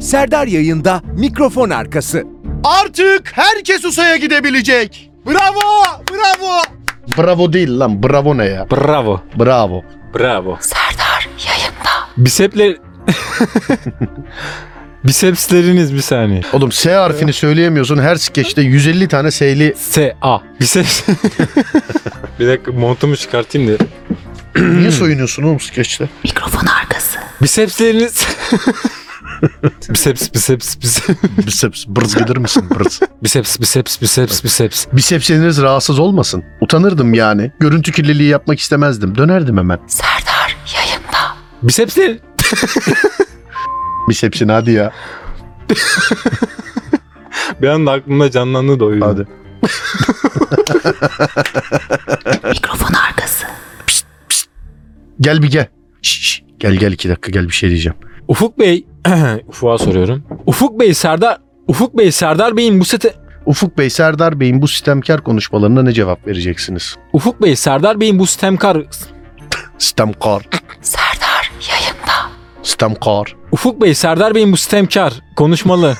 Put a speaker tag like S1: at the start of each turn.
S1: Serdar yayında mikrofon arkası.
S2: Artık herkes USA'ya gidebilecek. Bravo! Bravo! Bravo değil lan. Bravo ne ya?
S3: Bravo.
S2: Bravo.
S3: Bravo. Serdar yayında. Bisepler... Bisepsleriniz bir saniye.
S2: Oğlum S harfini söyleyemiyorsun. Her skeçte 150 tane S'li.
S3: S-A. Biceps. bir dakika montumu çıkartayım da.
S2: Niye soyunuyorsun oğlum skeçte?
S4: Mikrofon arkası.
S3: Bisepsleriniz... biceps, biceps, biceps,
S2: Biceps. Bırz gelir misin? Bırz.
S3: biceps, biceps, biceps, biceps.
S2: Bisepsiniz rahatsız olmasın. Utanırdım yani. Görüntü kirliliği yapmak istemezdim. Dönerdim hemen.
S4: Serdar yayında.
S3: Bicepsler...
S2: Bisepsin hadi ya.
S3: Bir anda aklımda canlandı da o yüzden.
S2: Hadi.
S4: Mikrofon arkası.
S2: Gel bir gel. Şş, şş. Gel gel iki dakika gel bir şey diyeceğim.
S3: Ufuk Bey... Ufuk'a soruyorum. Ufuk Bey Serdar... Ufuk Bey Serdar Bey'in bu sete...
S2: Ufuk Bey, Serdar Bey'in bu sistemkar konuşmalarına ne cevap vereceksiniz?
S3: Ufuk Bey Serdar Bey'in bu stemkar...
S2: Sistemkar.
S4: Serdar yayında.
S2: Sistemkar.
S3: Ufuk Bey Serdar Bey'in bu stemkar konuşmalı.